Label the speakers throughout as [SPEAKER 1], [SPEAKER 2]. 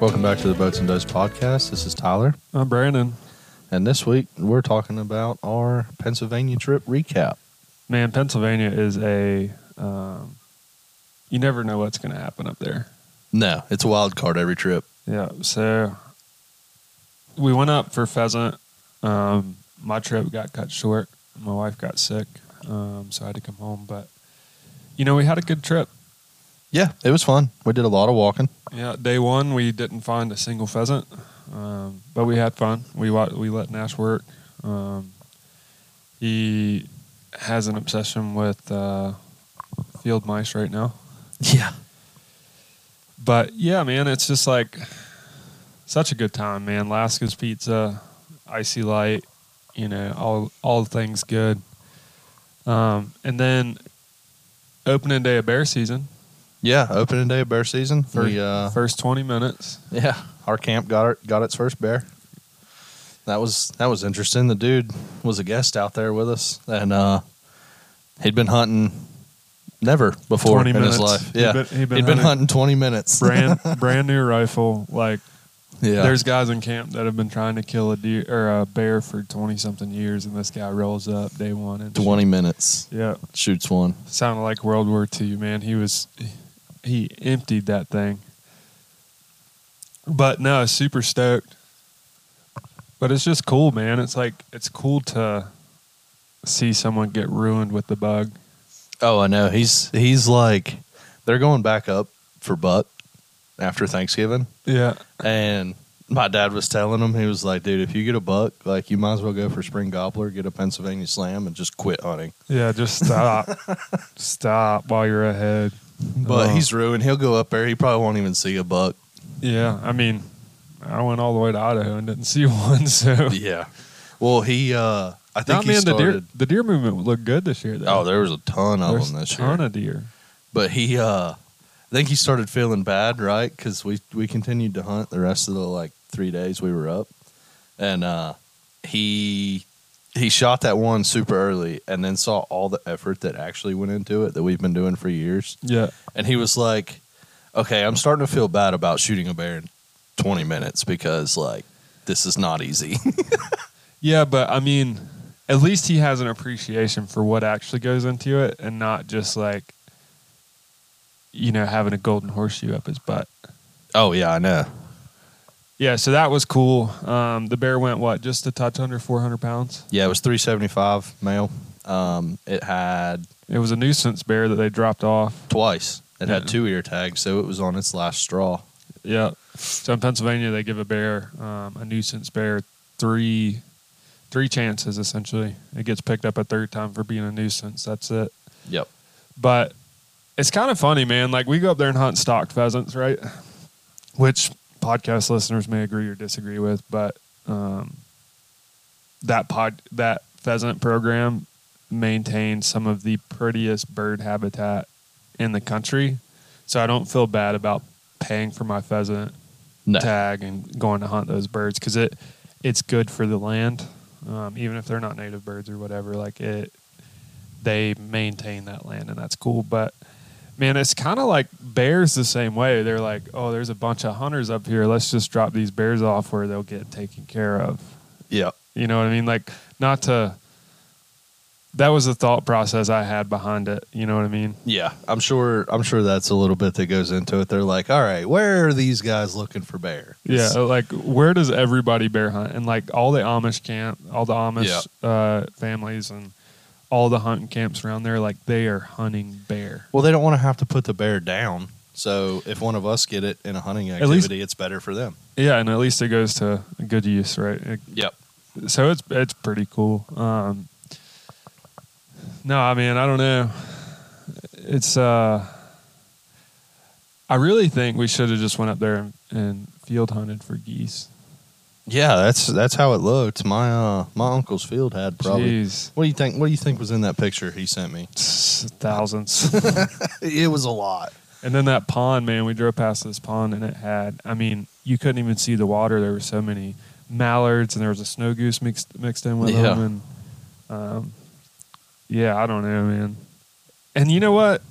[SPEAKER 1] Welcome back to the Boats and Does podcast. This is Tyler,
[SPEAKER 2] I'm Uh, Brandon.
[SPEAKER 1] and this week we're talking about our Pennsylvania trip recap.
[SPEAKER 2] Man, Pennsylvania is a. Um, you never know what's going to happen up there.
[SPEAKER 1] No, it's a wild card every trip.
[SPEAKER 2] Yeah. So we went up for pheasant. Um, my trip got cut short. My wife got sick. Um, so I had to come home. But, you know, we had a good trip.
[SPEAKER 1] Yeah, it was fun. We did a lot of walking.
[SPEAKER 2] Yeah. Day one, we didn't find a single pheasant, um, but we had fun. We, wa- we let Nash work. Um, he has an obsession with uh, field mice right now.
[SPEAKER 1] Yeah,
[SPEAKER 2] But yeah, man, it's just like such a good time, man. Laska's Pizza, Icy Light, you know, all all things good. Um, and then opening day of bear season,
[SPEAKER 1] yeah. Opening day of bear season.
[SPEAKER 2] first,
[SPEAKER 1] we, uh,
[SPEAKER 2] first twenty minutes.
[SPEAKER 1] yeah, our camp got our, got its first bear. That was that was interesting. The dude was a guest out there with us, and uh, he'd been hunting never before in
[SPEAKER 2] 20
[SPEAKER 1] his
[SPEAKER 2] minutes.
[SPEAKER 1] life.
[SPEAKER 2] He'd
[SPEAKER 1] Yeah,
[SPEAKER 2] been- he'd been
[SPEAKER 1] hunting
[SPEAKER 2] hunting.
[SPEAKER 1] twenty minutes.
[SPEAKER 2] Brand brand new rifle. Like
[SPEAKER 1] yeah,
[SPEAKER 2] there's guys in camp that have been trying to kill a deer or a bear for twenty something years, and this guy rolls up day one and
[SPEAKER 1] twenty minutes.
[SPEAKER 2] Yeah,
[SPEAKER 1] Shoots one.
[SPEAKER 2] sounded like World War II, man. He was he emptied that thing. But no, super stoked. But it's just cool, man. It's like it's cool to see someone get ruined with the bug.
[SPEAKER 1] Oh, I know. He's he's like they're going back up for buck after Thanksgiving,
[SPEAKER 2] Yeah.
[SPEAKER 1] and my dad was telling him he was like, "Dude, if you get a buck, like you might as well go for spring gobbler, get a Pennsylvania slam, and just quit hunting."
[SPEAKER 2] Yeah, just stop. stop while you're ahead.
[SPEAKER 1] But
[SPEAKER 2] Oh.
[SPEAKER 1] he's ruined. He'll go up there. He probably won't even see a buck.
[SPEAKER 2] Yeah, I mean, I went all the way to Idaho and didn't see one, so
[SPEAKER 1] Yeah. Well, he. uh I think
[SPEAKER 2] Nah,
[SPEAKER 1] he
[SPEAKER 2] man, the deer
[SPEAKER 1] started.
[SPEAKER 2] the deer movement looked good this year though.
[SPEAKER 1] Oh, there was a ton of
[SPEAKER 2] There's
[SPEAKER 1] them this year.
[SPEAKER 2] ton of deer.
[SPEAKER 1] but he uh i think he started feeling bad right because we we continued to hunt the rest of the like three days we were up and uh he he shot that one super early and then saw all the effort that actually went into it that we've been doing for years
[SPEAKER 2] Yeah.
[SPEAKER 1] and he was like okay i'm starting to feel bad about shooting a bear in 20 minutes because like this is not easy
[SPEAKER 2] Yeah, but I mean, at least he has an appreciation for what actually goes into it and not just like, you know, having a golden horseshoe up his butt.
[SPEAKER 1] oh yeah i know
[SPEAKER 2] Yeah, so that was cool. Um, the bear went, what, just a touch under 400 pounds?
[SPEAKER 1] yeah it was 375 male um it had
[SPEAKER 2] It was a nuisance bear that they dropped off.
[SPEAKER 1] twice. It had
[SPEAKER 2] Yeah.
[SPEAKER 1] two ear tags, so it was on its last straw.
[SPEAKER 2] Yeah. So in Pennsylvania, they give a bear, um, a nuisance bear, three. Three chances essentially. It gets picked up a third time for being a nuisance. That's it.
[SPEAKER 1] Yep.
[SPEAKER 2] But it's kind of funny, man. Like we go up there and hunt stocked pheasants, right? Which podcast listeners may agree or disagree with, but um, that pod that pheasant program maintains some of the prettiest bird habitat in the country. So I don't feel bad about paying for my pheasant
[SPEAKER 1] No.
[SPEAKER 2] tag and going to hunt those birds because it it's good for the land, um, even if they're not native birds or whatever. Like it, they maintain that land and that's cool. But man, it's kind of like bears the same way. They're like, oh, there's a bunch of hunters up here. Let's just drop these bears off where they'll get taken care of.
[SPEAKER 1] Yep.
[SPEAKER 2] You know what I mean? Like not to. That was the thought process I had behind it. You know what I mean?
[SPEAKER 1] Yeah. I'm sure I'm sure that's a little bit that goes into it. They're like, all right, where are these guys looking for bear?
[SPEAKER 2] Yeah, like where does everybody bear hunt? And like all the Amish camp, all the Amish uh, families, and all the hunting camps around there, like they are hunting bear.
[SPEAKER 1] Well, they don't want to have to put the bear down. So if one of us get it in a hunting
[SPEAKER 2] At least-
[SPEAKER 1] activity, it's better for them.
[SPEAKER 2] Yeah, and at least it goes to good use, right? It-
[SPEAKER 1] Yep.
[SPEAKER 2] so it's it's pretty cool. Um, no, I mean I don't know. It's uh, I really think we should have just went up there and, and field hunted for geese.
[SPEAKER 1] Yeah, that's that's how it looked. My uh my uncle's field had probably
[SPEAKER 2] Jeez,
[SPEAKER 1] What do you think what do you think was in that picture he sent me?
[SPEAKER 2] thousands.
[SPEAKER 1] It was a lot.
[SPEAKER 2] And then that pond, man, we drove past this pond and it had, I mean, you couldn't even see the water. There were so many mallards and there was a snow goose mixed mixed in with
[SPEAKER 1] Yeah.
[SPEAKER 2] them. And um, yeah, I don't know, man. And you know what?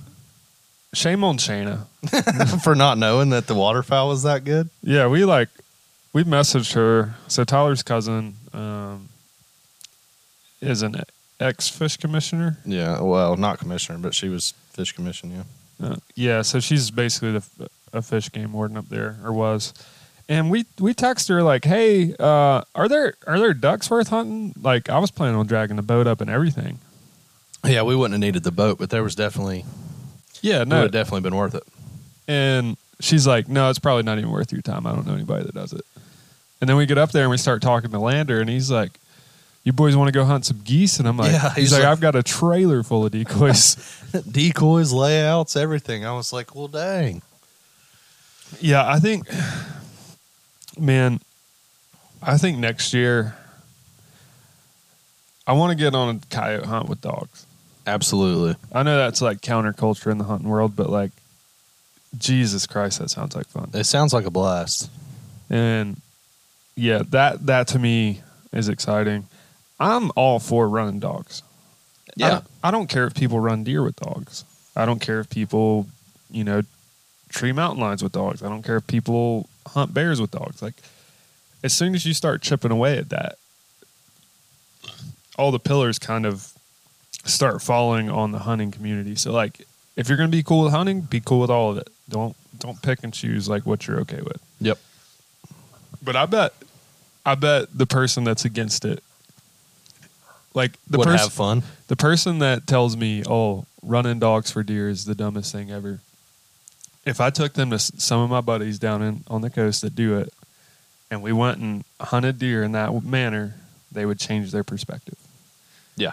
[SPEAKER 2] Shame on Shayna.
[SPEAKER 1] for not knowing that the waterfowl was that good.
[SPEAKER 2] Yeah, we like we messaged her. So Tyler's cousin um, is an ex fish commissioner.
[SPEAKER 1] Yeah, well, not commissioner, but she was fish commission. Yeah,
[SPEAKER 2] Uh, yeah, so she's basically the, f- a fish game warden up there, or was. And we we text her like, "Hey, uh, are there are there ducks worth hunting? Like, I was planning on dragging the boat up and everything."
[SPEAKER 1] yeah, we wouldn't have needed the boat, but there was definitely
[SPEAKER 2] Yeah,
[SPEAKER 1] it would
[SPEAKER 2] no.
[SPEAKER 1] have definitely been worth it.
[SPEAKER 2] And she's like, "No, it's probably not even worth your time. I don't know anybody that does it." And then we get up there and we start talking to Lander, and he's like, "You boys want to go hunt some geese?" And I'm like,
[SPEAKER 1] Yeah,
[SPEAKER 2] he's,
[SPEAKER 1] he's
[SPEAKER 2] like,
[SPEAKER 1] like-
[SPEAKER 2] "I've got a trailer full of decoys."
[SPEAKER 1] Decoys, layouts, everything. I was like, well, dang.
[SPEAKER 2] Yeah, I think, man, I think next year I want to get on a coyote hunt with dogs.
[SPEAKER 1] Absolutely.
[SPEAKER 2] I know that's like counterculture in the hunting world, but like, Jesus Christ, that sounds like fun.
[SPEAKER 1] It sounds like a blast.
[SPEAKER 2] And yeah, that that to me is exciting. I'm all for running dogs. I don't, I don't care if people run deer with dogs. I don't care if people, you know, tree mountain lions with dogs. I don't care if people hunt bears with dogs. Like, as soon as you start chipping away at that, all the pillars kind of start falling on the hunting community. So, like, if you're going to be cool with hunting, be cool with all of it. Don't don't pick and choose like what you're okay with.
[SPEAKER 1] Yep.
[SPEAKER 2] But I bet, I bet the person that's against it, like the
[SPEAKER 1] would
[SPEAKER 2] person
[SPEAKER 1] have fun.
[SPEAKER 2] the person that tells me, "Oh, running dogs for deer is the dumbest thing ever." If I took them to s- some of my buddies down in on the coast that do it, and we went and hunted deer in that manner, they would change their perspective.
[SPEAKER 1] Yeah.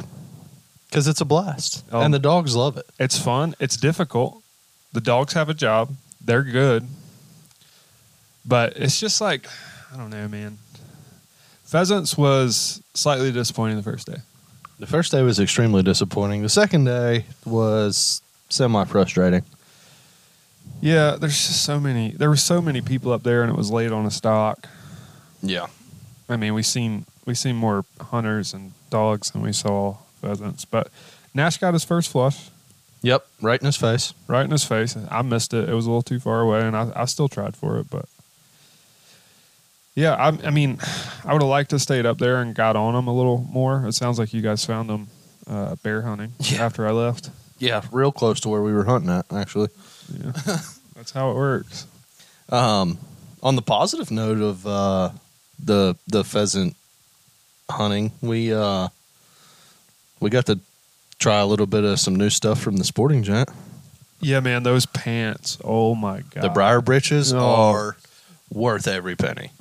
[SPEAKER 1] Because it's a blast.
[SPEAKER 2] Oh.
[SPEAKER 1] And the dogs love it.
[SPEAKER 2] It's fun. It's difficult. The dogs have a job. They're good, but it's just like I don't know, man. Pheasants was slightly disappointing the first day.
[SPEAKER 1] The first day was extremely disappointing. The second day was semi frustrating.
[SPEAKER 2] Yeah, there's just so many. There were so many people up there, and it was late on a stock.
[SPEAKER 1] Yeah.
[SPEAKER 2] I mean, we seen we seen more hunters and dogs than we saw pheasants. But Nash got his first flush
[SPEAKER 1] Yep. Right in his face.
[SPEAKER 2] right in his face. I missed it. It was a little too far away, and I, I still tried for it, but yeah, I, I mean, I would have liked to stayed up there and got on them a little more. It sounds like you guys found them uh, bear hunting
[SPEAKER 1] Yeah.
[SPEAKER 2] after I left.
[SPEAKER 1] Yeah. Real close to where we were hunting at, actually.
[SPEAKER 2] Yeah, that's how it works.
[SPEAKER 1] Um, on the positive note of uh, the the pheasant hunting, we uh, we got to try a little bit of some new stuff from the sporting giant.
[SPEAKER 2] Yeah, man, those pants. Oh my god,
[SPEAKER 1] The briar britches
[SPEAKER 2] No.
[SPEAKER 1] are worth every penny.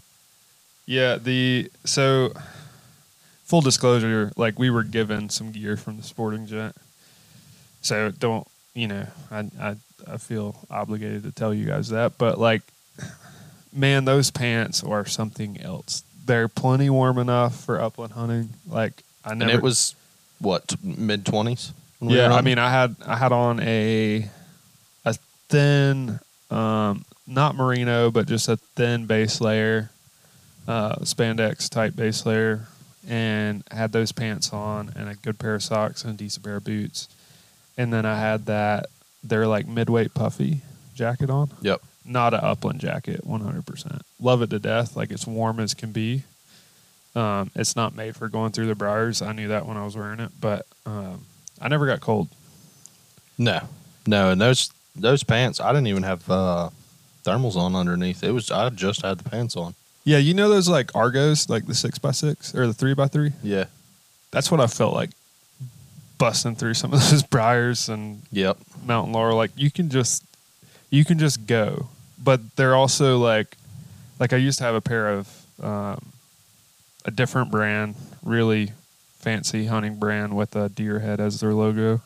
[SPEAKER 2] Yeah, the so full disclosure, like we were given some gear from the sporting jet. So don't you know, I I, I feel obligated to tell you guys that, but like man, those pants are something else. They're plenty warm enough for upland hunting. Like I never
[SPEAKER 1] and it was what mid twenties.
[SPEAKER 2] yeah, I mean, I had I had on a a thin, um, not merino, but just a thin base layer, uh, spandex type base layer, and I had those pants on and a good pair of socks and a decent pair of boots, and then I had that they're like midweight puffy jacket on,
[SPEAKER 1] yep,
[SPEAKER 2] not a upland jacket, one hundred percent. Love it to death, like it's warm as can be. Um, it's not made for going through the briars. I knew that when I was wearing it, but um, I never got cold.
[SPEAKER 1] no, no, and those those pants, I didn't even have uh, thermals on underneath. It was I just had the pants on.
[SPEAKER 2] Yeah, you know those like Argos, like the six by six or the three by three.
[SPEAKER 1] Yeah,
[SPEAKER 2] That's what I felt like busting through some of those briars and
[SPEAKER 1] yep,
[SPEAKER 2] mountain laurel. Like you can just, you can just go. But they're also like, like I used to have a pair of um, a different brand, really fancy hunting brand with a deer head as their logo.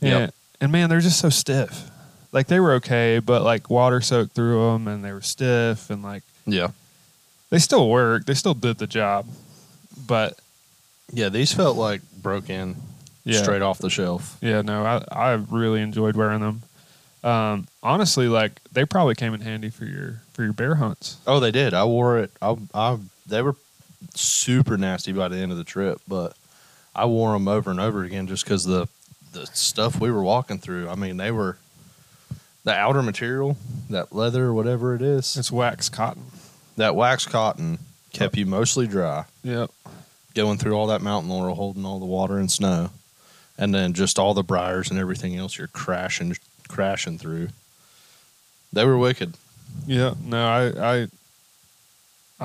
[SPEAKER 2] Yeah,
[SPEAKER 1] Yep.
[SPEAKER 2] and man, they're just so stiff. Like they were okay, but like water soaked through them, and they were stiff, and like
[SPEAKER 1] yeah,
[SPEAKER 2] they still work. They still did the job, but
[SPEAKER 1] yeah. These felt like broke in
[SPEAKER 2] yeah,
[SPEAKER 1] straight off the shelf.
[SPEAKER 2] yeah. No, I I really enjoyed wearing them. Um, honestly, like they probably came in handy for your for your bear hunts.
[SPEAKER 1] Oh, they did. I wore it. I, I they were super nasty by the end of the trip, but I wore them over and over again just because the the stuff we were walking through. I mean, they were the outer material, that leather or whatever it is,
[SPEAKER 2] It's wax cotton.
[SPEAKER 1] that wax cotton kept you mostly dry,
[SPEAKER 2] Yep.
[SPEAKER 1] going through all that mountain laurel, holding all the water and snow, and then just all the briars and everything else you're crashing crashing through. They were wicked.
[SPEAKER 2] Yeah. No, I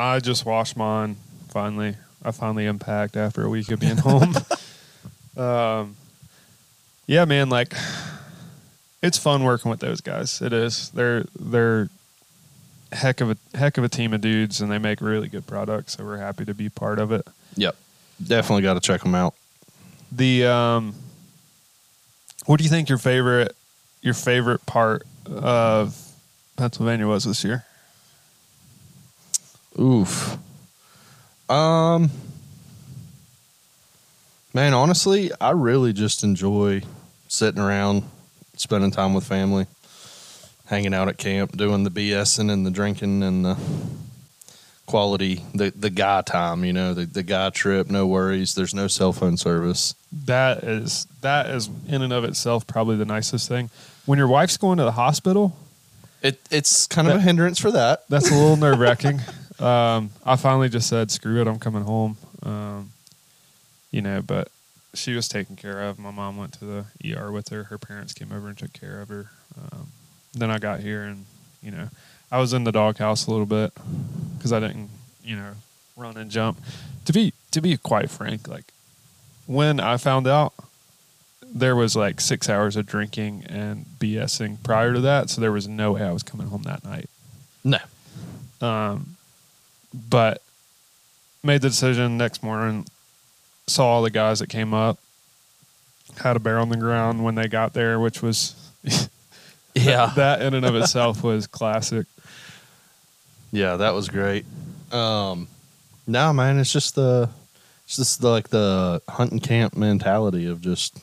[SPEAKER 2] I I just washed mine finally. I finally unpacked after a week of being home. um Yeah, man, like it's fun working with those guys. It is. They're they're heck of a heck of a team of dudes and they make really good products, so we're happy to be part of it.
[SPEAKER 1] Yep, definitely got to check them out.
[SPEAKER 2] The um what do you think your favorite your favorite part of Pennsylvania was this year?
[SPEAKER 1] Oof. Um Man, honestly, I really just enjoy sitting around, spending time with family, hanging out at camp, doing the BSing and the drinking and the quality, the the guy time, you know, the, the guy trip, no worries, there's no cell phone service.
[SPEAKER 2] That is that is in and of itself probably the nicest thing. When your wife's going to the hospital,
[SPEAKER 1] It it's kind of a hindrance for that.
[SPEAKER 2] that's a little nerve wracking. Um, I finally just said, "Screw it, I'm coming home." Um, you know, but she was taken care of. My mom went to the ER with her. Her parents came over and took care of her. Um, then I got here, and you know, I was in the doghouse a little bit because I didn't, you know, run and jump. To be to be quite frank, like when I found out. There was like six hours of drinking and BSing prior to that, so there was no way I was coming home that night
[SPEAKER 1] No.
[SPEAKER 2] um, but made the decision next morning saw all the guys that came up had a bear on the ground when they got there which was
[SPEAKER 1] Yeah.
[SPEAKER 2] that in and of itself was classic
[SPEAKER 1] Yeah, that was great. Um, no, man, it's just the, it's just the, like the hunt and camp mentality of just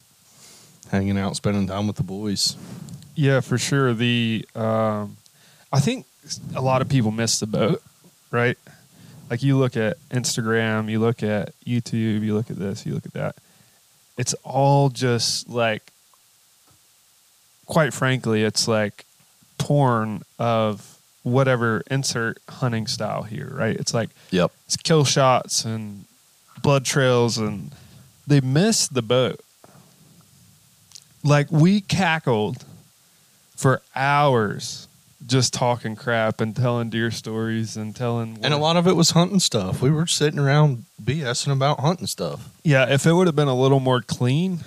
[SPEAKER 1] hanging out, spending time with the boys.
[SPEAKER 2] yeah for sure the um, i think a lot of people miss the boat right like you look at instagram you look at youtube you look at this you look at that it's all just like quite frankly it's like porn of whatever insert hunting style here right it's like
[SPEAKER 1] Yep.
[SPEAKER 2] it's kill shots and blood trails and they missed the boat like we cackled for hours just talking crap and telling deer stories and telling
[SPEAKER 1] And a lot of it was hunting stuff. We were sitting around BSing about hunting stuff.
[SPEAKER 2] yeah if it would have been a little more clean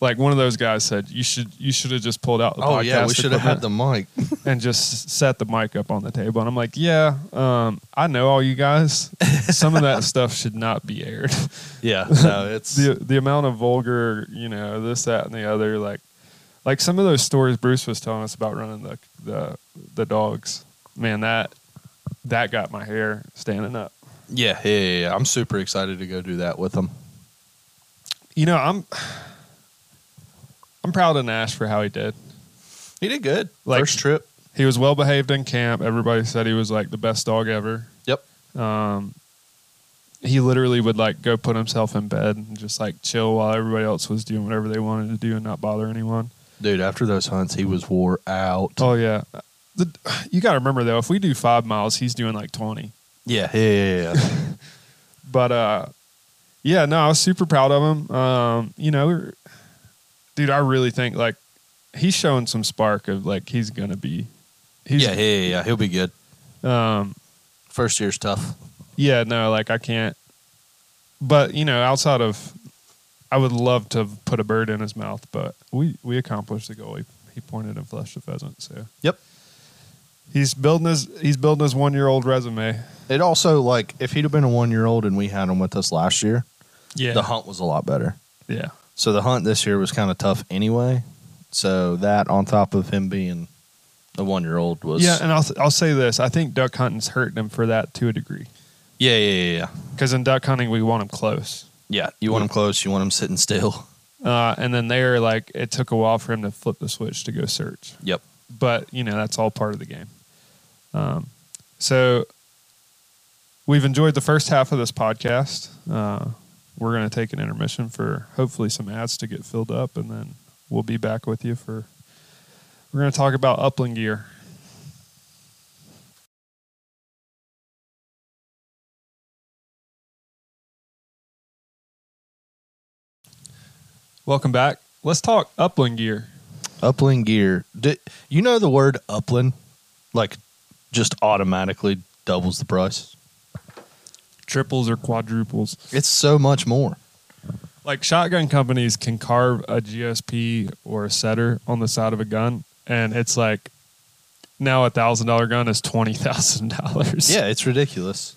[SPEAKER 2] like one of those guys said you should you should have just pulled out the
[SPEAKER 1] oh yeah,
[SPEAKER 2] podcast
[SPEAKER 1] we should have
[SPEAKER 2] equipment."
[SPEAKER 1] had the mic.
[SPEAKER 2] and just set the mic up on the table. And I'm like, yeah, um, I know all you guys. Some of that stuff should not be aired.
[SPEAKER 1] yeah, no, it's
[SPEAKER 2] the the amount of vulgar, you know, this, that, and the other, like, like some of those stories Bruce was telling us about running the the the dogs. Man, that that got my hair standing up.
[SPEAKER 1] yeah, yeah, yeah, yeah. I'm super excited to go do that with them.
[SPEAKER 2] You know, I'm I'm proud of Nash for how he did.
[SPEAKER 1] He did good.
[SPEAKER 2] Like-
[SPEAKER 1] First trip.
[SPEAKER 2] He was well behaved in camp. Everybody said he was like the best dog ever.
[SPEAKER 1] Yep.
[SPEAKER 2] um, he literally would like go put himself in bed and just like chill while everybody else was doing whatever they wanted to do and not bother anyone.
[SPEAKER 1] Dude, after those hunts, he was wore out.
[SPEAKER 2] Oh yeah, the, you got to remember though, if we do five miles, he's doing like twenty.
[SPEAKER 1] Yeah, yeah, yeah, yeah.
[SPEAKER 2] But uh, yeah, no, I was super proud of him. Um, you know, we were- dude, I really think like he's showing some spark of like he's gonna be. He's,
[SPEAKER 1] yeah, yeah, yeah, yeah. He'll be good.
[SPEAKER 2] Um,
[SPEAKER 1] First year's tough.
[SPEAKER 2] yeah, no, like I can't. But you know, outside of, I would love to put a bird in his mouth, but we we accomplished the goal. He, he pointed and flushed a pheasant, so
[SPEAKER 1] Yep.
[SPEAKER 2] he's building his he's building his one year old resume.
[SPEAKER 1] It also like if he'd have been a one year old and we had him with us last year,
[SPEAKER 2] Yeah,
[SPEAKER 1] the hunt was a lot better.
[SPEAKER 2] yeah,
[SPEAKER 1] So the hunt this year was kind of tough anyway. So that on top of him being a one year old was
[SPEAKER 2] yeah. And I'll I'll say this: I think duck hunting's hurting him for that to a degree,
[SPEAKER 1] yeah yeah yeah yeah.
[SPEAKER 2] because in duck hunting we want him close.
[SPEAKER 1] Yeah, You want him close. You want him sitting still.
[SPEAKER 2] Uh, and then there, like, it took a while for him to flip the switch to go search.
[SPEAKER 1] Yep.
[SPEAKER 2] but you know that's all part of the game. Um, so we've enjoyed the first half of this podcast. Uh, we're going to take an intermission for hopefully some ads to get filled up, and then we'll be back with you for We're going to talk about upland gear. Welcome back. Let's talk upland gear.
[SPEAKER 1] Upland gear. Did, you know the word upland, like, just automatically doubles the price.
[SPEAKER 2] Triples or quadruples.
[SPEAKER 1] It's so much more.
[SPEAKER 2] like shotgun companies can carve a GSP or a setter on the side of a gun, and it's like now a thousand dollar gun is twenty thousand dollars.
[SPEAKER 1] Yeah, it's ridiculous.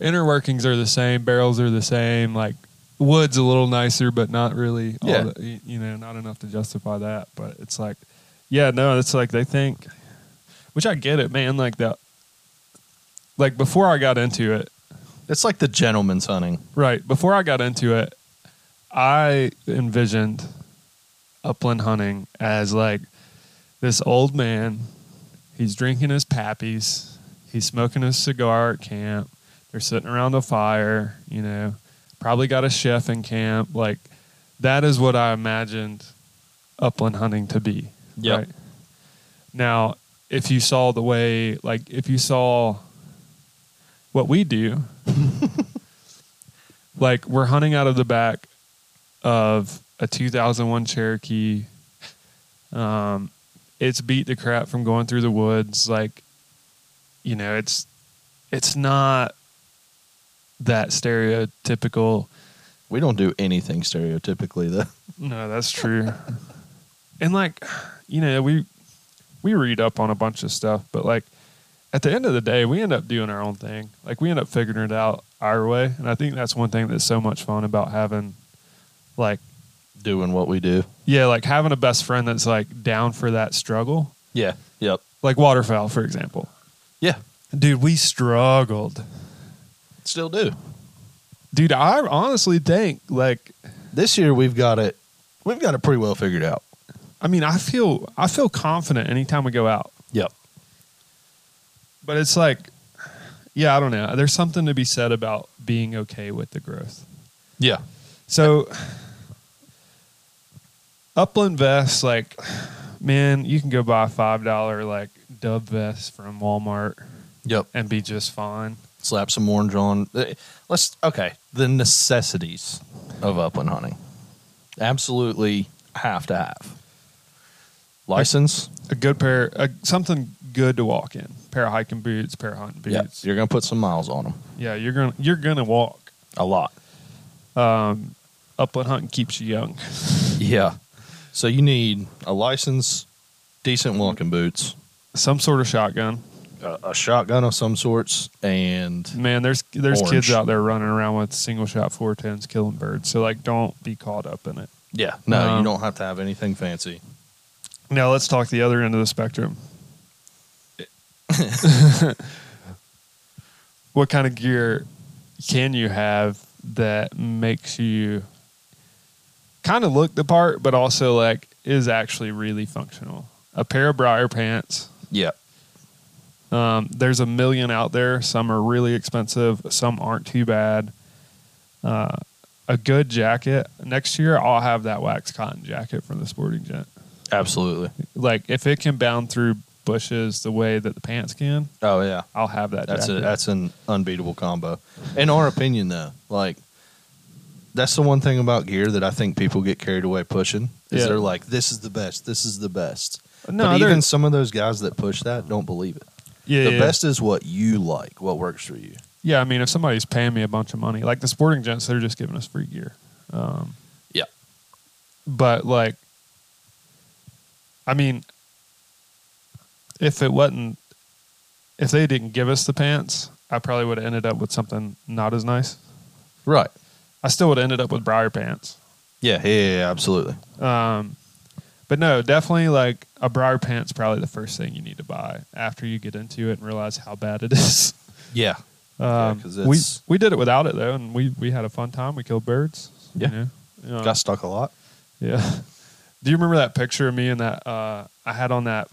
[SPEAKER 2] inner workings are the same, barrels are the same. Like wood's a little nicer, but not really. all
[SPEAKER 1] Yeah.
[SPEAKER 2] the- y- you know, not enough to justify that. But it's like, yeah, no, it's like they think, which I get it, man. Like that, like before I got into it,
[SPEAKER 1] It's like the gentleman's hunting.
[SPEAKER 2] Right. Before I got into it, I envisioned upland hunting as like this old man. He's drinking his pappies. He's smoking his cigar at camp. They're sitting around a fire, you know, probably got a chef in camp. Like, that is what I imagined upland hunting to be.
[SPEAKER 1] Yep.
[SPEAKER 2] Now, if you saw the way, like, if you saw what we do, like, we're hunting out of the back of a 2001 Cherokee. Um, it's beat the crap from going through the woods. Like, you know, it's it's not that stereotypical.
[SPEAKER 1] We don't do anything stereotypically, though.
[SPEAKER 2] No, that's true. and like, you know, we we read up on a bunch of stuff, but like at the end of the day, we end up doing our own thing. Like we end up figuring it out our way, and I think that's one thing that's so much fun about having like
[SPEAKER 1] Doing what we do.
[SPEAKER 2] yeah, like having a best friend that's like down for that struggle.
[SPEAKER 1] Yeah. Yep.
[SPEAKER 2] Like waterfowl, for example.
[SPEAKER 1] Yeah.
[SPEAKER 2] Dude, we struggled.
[SPEAKER 1] Still do.
[SPEAKER 2] Dude, I honestly think like
[SPEAKER 1] This year we've got it. We've got it pretty well figured out.
[SPEAKER 2] I mean, I feel I feel confident anytime we go out.
[SPEAKER 1] Yep.
[SPEAKER 2] But it's like, yeah, I don't know. There's something to be said about being okay with the growth.
[SPEAKER 1] Yeah.
[SPEAKER 2] So, Upland vests, like, man, you can go buy a five dollar like dub vest from Walmart
[SPEAKER 1] Yep.
[SPEAKER 2] and be just fine.
[SPEAKER 1] Slap some orange on. Eh, Let's okay. The necessities of upland hunting. Absolutely have to have license.
[SPEAKER 2] A good pair, a, something good to walk in. Pair of hiking boots, pair of hunting
[SPEAKER 1] Yeah.
[SPEAKER 2] boots.
[SPEAKER 1] You're gonna put some miles on them.
[SPEAKER 2] Yeah, you're gonna you're gonna walk.
[SPEAKER 1] A lot.
[SPEAKER 2] Um, Upland hunting keeps you young.
[SPEAKER 1] Yeah. So you need a license, decent walking boots,
[SPEAKER 2] Some sort of shotgun.
[SPEAKER 1] a, a shotgun of some sorts, and
[SPEAKER 2] Man, there's there's
[SPEAKER 1] Orange.
[SPEAKER 2] kids out there running around with single shot four tens killing birds. So like, don't be caught up in it.
[SPEAKER 1] Yeah, no,
[SPEAKER 2] Um,
[SPEAKER 1] you don't have to have anything fancy.
[SPEAKER 2] Now let's talk the other end of the spectrum. what kind of gear can you have that makes you kind of look the part, but also like is actually really functional? A pair of briar pants.
[SPEAKER 1] Yeah,
[SPEAKER 2] Um, there's a million out there. Some are really expensive. Some aren't too bad. Uh, a good jacket. Next year, I'll have that wax cotton jacket from the Sporting Gent.
[SPEAKER 1] absolutely.
[SPEAKER 2] Like if it can bound through bushes the way that the pants can,
[SPEAKER 1] Oh yeah,
[SPEAKER 2] I'll have that.
[SPEAKER 1] that's a,
[SPEAKER 2] jacket.
[SPEAKER 1] that's an unbeatable combo. In our opinion, though, like that's the one thing about gear that I think people get carried away pushing is
[SPEAKER 2] Yeah.
[SPEAKER 1] they're like, "This is the best. This is the best."
[SPEAKER 2] no.
[SPEAKER 1] but
[SPEAKER 2] they're-
[SPEAKER 1] even some of those guys that push that don't believe it.
[SPEAKER 2] yeah,
[SPEAKER 1] the
[SPEAKER 2] yeah.
[SPEAKER 1] best is what you like, what works for you.
[SPEAKER 2] Yeah, I mean, if somebody's paying me a bunch of money, like the sporting gents, they're just giving us free gear. Um,
[SPEAKER 1] Yeah.
[SPEAKER 2] but like, I mean, if it wasn't, if they didn't give us the pants, I probably would have ended up with something not as nice.
[SPEAKER 1] Right.
[SPEAKER 2] I still would have ended up with briar pants.
[SPEAKER 1] Yeah. Yeah. yeah, yeah, absolutely.
[SPEAKER 2] Um, but no, definitely like a briar pant's probably the first thing you need to buy after you get into it and realize how bad it is.
[SPEAKER 1] Yeah. Yeah,
[SPEAKER 2] Um,
[SPEAKER 1] 'cause
[SPEAKER 2] we
[SPEAKER 1] it's-
[SPEAKER 2] we did it without it though, and we we had a fun time. We killed birds. you
[SPEAKER 1] Yeah.
[SPEAKER 2] know? Um,
[SPEAKER 1] Got stuck a lot.
[SPEAKER 2] yeah. Do you remember that picture of me and that uh, I had on that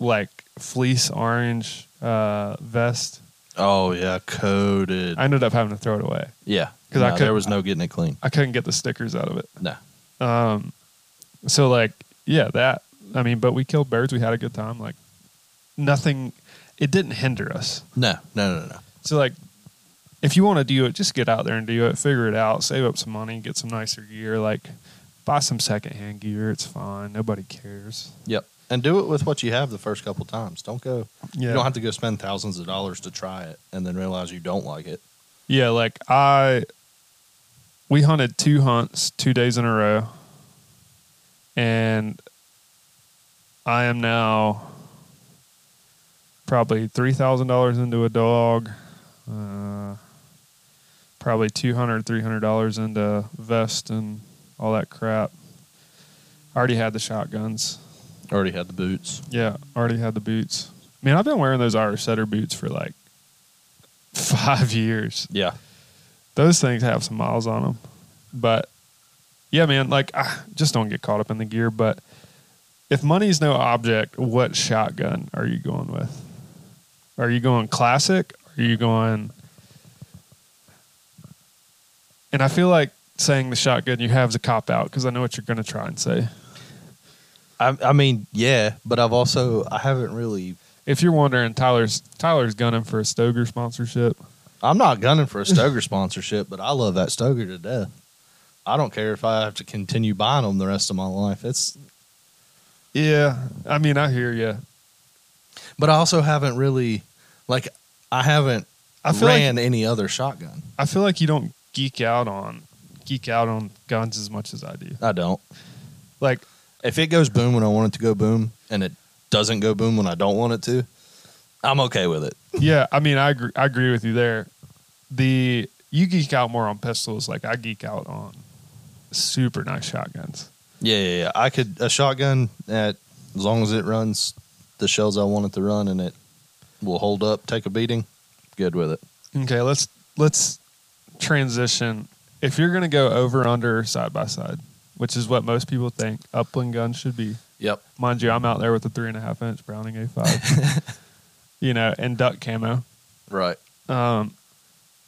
[SPEAKER 2] like fleece orange uh, vest?
[SPEAKER 1] Oh yeah, coded.
[SPEAKER 2] I ended up having to throw it away.
[SPEAKER 1] yeah,
[SPEAKER 2] 'Cause I
[SPEAKER 1] No,
[SPEAKER 2] could-
[SPEAKER 1] there was no getting it clean.
[SPEAKER 2] I couldn't get the stickers out of it.
[SPEAKER 1] No.
[SPEAKER 2] Um, so like, yeah, that I mean, but we killed birds. We had a good time. Like nothing, it didn't hinder us.
[SPEAKER 1] No, no, no, no.
[SPEAKER 2] So like, if you want to do it, just get out there and do it. Figure it out. Save up some money. Get some nicer gear. Like, buy some secondhand gear. It's fine. Nobody cares.
[SPEAKER 1] Yep. And do it with what you have the first couple times. Don't go.
[SPEAKER 2] Yeah.
[SPEAKER 1] You don't have to go spend thousands of dollars to try it and then realize you don't like it.
[SPEAKER 2] Yeah, like I, we hunted two hunts two days in a row, and I am now probably three thousand dollars into a dog, uh, probably two hundred, three hundred dollars into vest and all that crap. I already had the shotguns.
[SPEAKER 1] Already had the boots.
[SPEAKER 2] Yeah, already had the boots. Man, I've been wearing those Irish setter boots for like five years
[SPEAKER 1] Yeah.
[SPEAKER 2] those things have some miles on them. But yeah, man, like I just don't get caught up in the gear. But if money's no object, what shotgun are you going with? Are you going classic? Are you going? And I feel like saying the shotgun you have is a cop out because I know what you're going to try and say.
[SPEAKER 1] I, I mean, yeah, but I've also I haven't really.
[SPEAKER 2] If you're wondering, Tyler's Tyler's gunning for a Stoger sponsorship.
[SPEAKER 1] I'm not gunning for a Stoger sponsorship, but I love that Stoger to death. I don't care if I have to continue buying them the rest of my life. It's
[SPEAKER 2] Yeah, I mean, I hear you.
[SPEAKER 1] but I also haven't really like I haven't
[SPEAKER 2] I feel like
[SPEAKER 1] ran any other shotgun.
[SPEAKER 2] I feel like you don't geek out on geek out on guns as much as I do.
[SPEAKER 1] I don't.
[SPEAKER 2] Like,
[SPEAKER 1] If it goes boom when I want it to go boom, and it doesn't go boom when I don't want it to, I'm okay with it.
[SPEAKER 2] yeah, I mean, I agree, I agree with you there. The you geek out more on pistols, like I geek out on super nice shotguns.
[SPEAKER 1] Yeah, yeah, yeah. I could a shotgun at as long as it runs the shells I want it to run, and it will hold up, take a beating. Good with it.
[SPEAKER 2] Okay, let's let's transition. If you're gonna go over under or side by side, which is what most people think upland guns should be,
[SPEAKER 1] Yep.
[SPEAKER 2] mind you, I'm out there with a three and a half inch Browning A5, you know, and duck camo.
[SPEAKER 1] Right.
[SPEAKER 2] Um,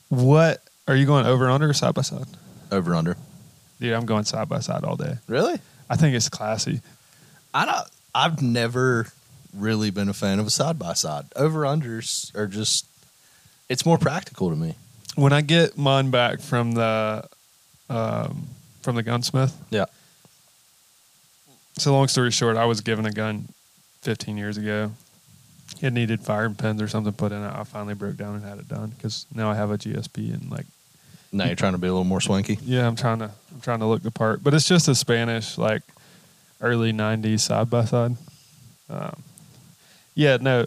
[SPEAKER 2] what are you going over under or side by side?
[SPEAKER 1] Over under.
[SPEAKER 2] Dude, I'm going side by side all day.
[SPEAKER 1] Really?
[SPEAKER 2] I think it's classy.
[SPEAKER 1] I don't. I've never really been a fan of a side by side. Over unders are just. It's more practical to me.
[SPEAKER 2] When I get mine back from the um, from the gunsmith,
[SPEAKER 1] Yeah.
[SPEAKER 2] so long story short, I was given a gun 15 years ago. It needed firing pins or something put in it. I finally broke down and had it done because now I have a GSP and like
[SPEAKER 1] Now you're trying to be a little more swanky.
[SPEAKER 2] yeah, I'm trying to I'm trying to look the part, but it's just a Spanish like early '90s side by side. Um, Yeah, no,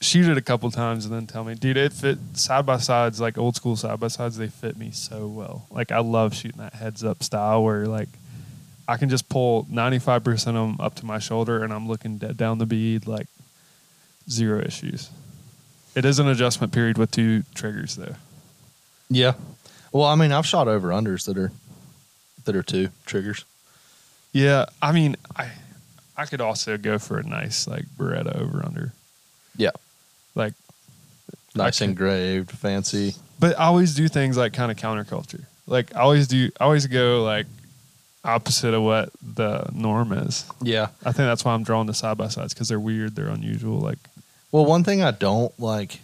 [SPEAKER 2] shoot it a couple times and then tell me, dude, it fit side by sides like old school side by sides. They fit me so well. Like I love shooting that heads up style where like I can just pull 95 percent of them up to my shoulder and I'm looking dead down the bead like zero issues. It is an adjustment period with two triggers though.
[SPEAKER 1] Yeah. Well, I mean, I've shot over unders that are that are two triggers.
[SPEAKER 2] Yeah, I mean, I I could also go for a nice like Beretta over under.
[SPEAKER 1] Yeah.
[SPEAKER 2] Like,
[SPEAKER 1] Nice
[SPEAKER 2] Okay.
[SPEAKER 1] engraved, fancy.
[SPEAKER 2] but I always do things like kind of counterculture. Like, I always do. I always go like opposite of what the norm is.
[SPEAKER 1] Yeah.
[SPEAKER 2] I think that's why I'm drawn to side by sides because they're weird, they're unusual. Like,
[SPEAKER 1] Well, one thing I don't like,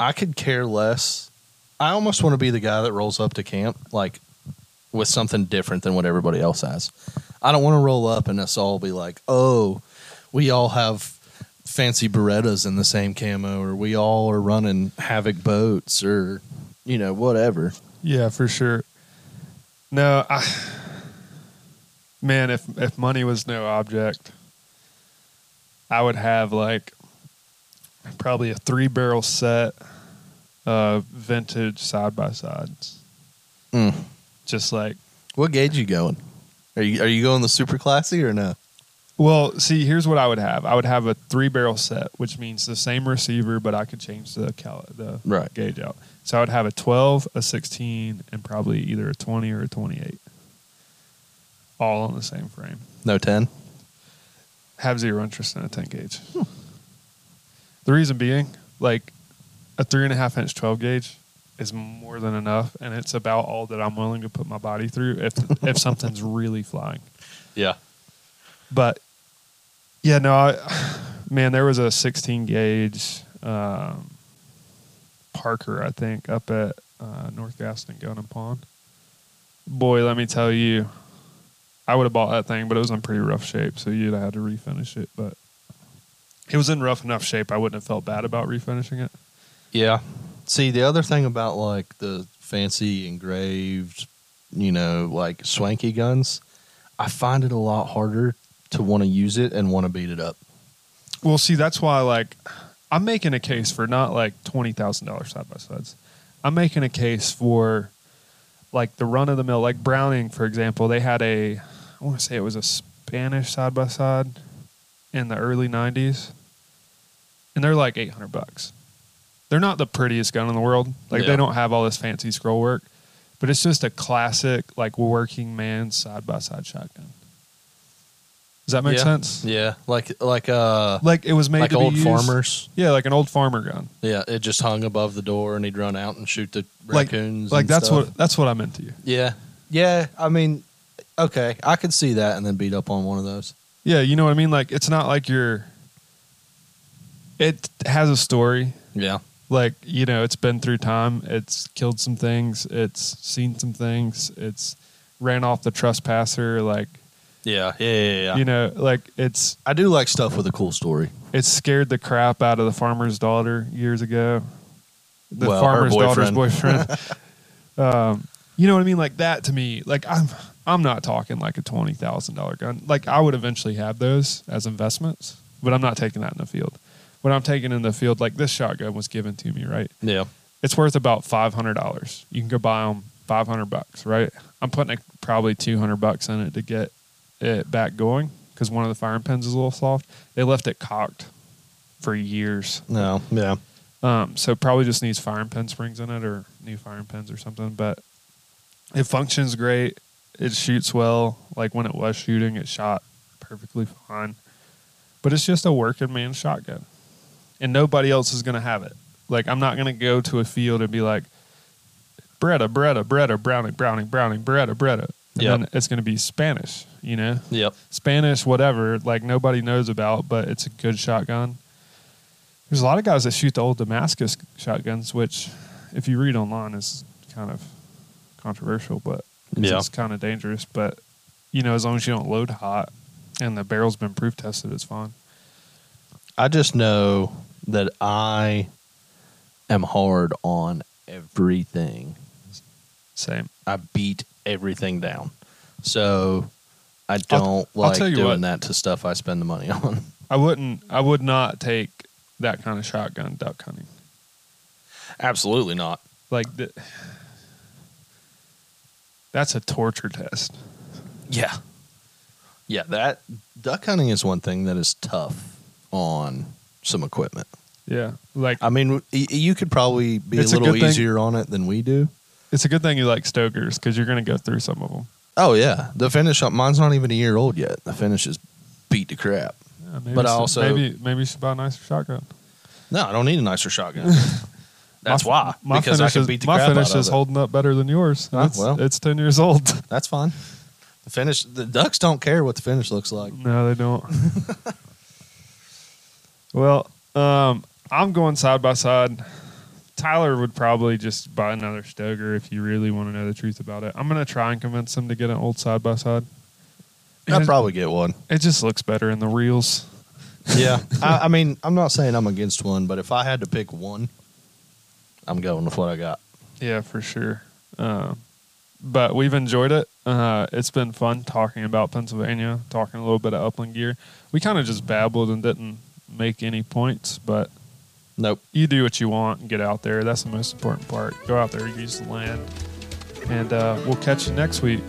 [SPEAKER 1] I could care less. I almost want to be the guy that rolls up to camp like with something different than what everybody else has. I don't want to roll up and us all be like, "Oh, we all have fancy Berettas in the same camo, or we all are running Havoc boats, or you know, whatever."
[SPEAKER 2] yeah, for sure. No, I man, if if money was no object, I would have like probably a three barrel set of vintage side by sides.
[SPEAKER 1] Mm.
[SPEAKER 2] Just like,
[SPEAKER 1] What gauge you going? Are you are you going the super classy or no?
[SPEAKER 2] well, see, here's what I would have. I would have a three barrel set, which means the same receiver, but I could change the cal- the
[SPEAKER 1] Right.
[SPEAKER 2] gauge out. So I would have a 12, a 16, and probably either a 20 or a 28, all on the same frame.
[SPEAKER 1] No ten.
[SPEAKER 2] have zero interest in a 10 gauge. The reason being, like a three and a half inch 12 gauge is more than enough, and it's about all that I'm willing to put my body through if if something's really flying.
[SPEAKER 1] Yeah.
[SPEAKER 2] But Yeah, no, I, man, there was a 16 gauge um, Parker, I think, up at uh, North Gaston Gun and Pond. Boy, let me tell you, I would have bought that thing, but it was in pretty rough shape, so you'd have had to refinish it. But it was in rough enough shape, I wouldn't have felt bad about refinishing it.
[SPEAKER 1] Yeah. See, the other thing about like the fancy engraved, you know, like swanky guns, I find it a lot harder to want to use it and want to beat it up.
[SPEAKER 2] Well, see, that's why like I'm making a case for not like twenty thousand dollars side by sides. I'm making a case for like the run of the mill, like Browning, for example. They had a I want to say it was a Spanish side by side in the early '90s, and they're like eight hundred bucks. They're not the prettiest gun in the world. Like
[SPEAKER 1] Yeah.
[SPEAKER 2] they don't have all this fancy scroll work, but it's just a classic like working man side by side shotgun. Does that make
[SPEAKER 1] Yeah.
[SPEAKER 2] sense?
[SPEAKER 1] Yeah, like like uh
[SPEAKER 2] Like it was made
[SPEAKER 1] like
[SPEAKER 2] to be
[SPEAKER 1] old
[SPEAKER 2] used-
[SPEAKER 1] farmers.
[SPEAKER 2] Yeah, like an old farmer gun.
[SPEAKER 1] Yeah, it just hung above the door and he'd run out and shoot the
[SPEAKER 2] Like-
[SPEAKER 1] raccoons.
[SPEAKER 2] like
[SPEAKER 1] and
[SPEAKER 2] that's
[SPEAKER 1] stuff.
[SPEAKER 2] what that's what I meant to you.
[SPEAKER 1] Yeah. Yeah, I mean okay, I could see that and then beat up on one of those.
[SPEAKER 2] Yeah, you know what I mean. Like it's not like you're. It has a story.
[SPEAKER 1] Yeah.
[SPEAKER 2] Like you know, it's been through time. It's killed some things. It's seen some things. It's ran off the trespasser. Like
[SPEAKER 1] Yeah. Yeah, yeah, yeah.
[SPEAKER 2] you know, like it's
[SPEAKER 1] I do like stuff with a cool story.
[SPEAKER 2] it scared the crap out of the farmer's daughter years ago. The
[SPEAKER 1] Well, her
[SPEAKER 2] farmer's daughter's boyfriend. um, you know what I mean? Like that to me, like I'm I'm not talking like a twenty thousand dollar gun. Like I would eventually have those as investments, but I'm not taking that in the field. What I'm taking in the field, like this shotgun was given to me, right?
[SPEAKER 1] Yeah.
[SPEAKER 2] It's worth about five hundred dollars. You can go buy them five hundred bucks, right? I'm putting a, probably two hundred bucks in it to get it back going because one of the firing pins is a little soft. They left it cocked for years.
[SPEAKER 1] No. Yeah.
[SPEAKER 2] Um, so probably just needs firing pin springs in it or new firing pins or something. But it functions great. It shoots well. Like when it was shooting, it shot perfectly fine. But it's just a working man shotgun, and nobody else is gonna have it. Like I'm not gonna go to a field and be like, Bretta, Bretta, Bretta, Browning, Browning, Browning, Bretta, Bretta. And
[SPEAKER 1] Yep.
[SPEAKER 2] then it's gonna be Spanish, you know.
[SPEAKER 1] Yep.
[SPEAKER 2] Spanish, whatever, like nobody knows about, but it's a good shotgun. There's a lot of guys that shoot the old Damascus shotguns, which, if you read online, is kind of controversial, but it's-
[SPEAKER 1] Yeah.
[SPEAKER 2] it's kind of dangerous. But, you know, as long as you don't load hot and the barrel's been proof tested, it's fine.
[SPEAKER 1] I just know that I am hard on everything.
[SPEAKER 2] Same.
[SPEAKER 1] I beat everything down. So I don't like
[SPEAKER 2] tell you
[SPEAKER 1] doing
[SPEAKER 2] what.
[SPEAKER 1] that to stuff I spend the money on.
[SPEAKER 2] I wouldn't, I would not take that kind of shotgun duck hunting.
[SPEAKER 1] Absolutely not.
[SPEAKER 2] Like, th- that's a torture test.
[SPEAKER 1] Yeah. Yeah, that duck hunting is one thing that is tough on some equipment.
[SPEAKER 2] Yeah. Like,
[SPEAKER 1] I mean, y- you could probably be
[SPEAKER 2] It's a
[SPEAKER 1] a little
[SPEAKER 2] good thing.
[SPEAKER 1] easier on it than we do.
[SPEAKER 2] It's a good thing you like Stokers because you're going to go through some of them.
[SPEAKER 1] Oh yeah, the finish up. Mine's not even a year old yet. The finish is beat to crap.
[SPEAKER 2] maybe
[SPEAKER 1] But I also-
[SPEAKER 2] maybe maybe you should buy a nicer shotgun.
[SPEAKER 1] No, I don't need a nicer shotgun. That's
[SPEAKER 2] My-
[SPEAKER 1] why.
[SPEAKER 2] my
[SPEAKER 1] because I
[SPEAKER 2] finish
[SPEAKER 1] can
[SPEAKER 2] is,
[SPEAKER 1] beat the
[SPEAKER 2] my
[SPEAKER 1] crap
[SPEAKER 2] finish
[SPEAKER 1] out of
[SPEAKER 2] is
[SPEAKER 1] it.
[SPEAKER 2] holding up better than yours.
[SPEAKER 1] Oh,
[SPEAKER 2] it's,
[SPEAKER 1] well.
[SPEAKER 2] it's ten years old.
[SPEAKER 1] That's fine. The finish. The ducks don't care what the finish looks like.
[SPEAKER 2] no, they don't. well, um, I'm going side by side. Tyler would probably just buy another Stoker if you really want to know the truth about it. I'm going to try and convince him to get an old side by side.
[SPEAKER 1] I'd probably get one.
[SPEAKER 2] It just looks better in the reels.
[SPEAKER 1] Yeah. I, I mean, I'm not saying I'm against one, but if I had to pick one, I'm going with what I got.
[SPEAKER 2] Yeah, for sure. Um, but we've enjoyed it. Uh, it's been fun talking about Pennsylvania, talking a little bit of upland gear. We kind of just babbled and didn't make any points, but
[SPEAKER 1] Nope.
[SPEAKER 2] you do what you want and get out there. That's the most important part. Go out there, use the land, and uh, we'll catch you next week.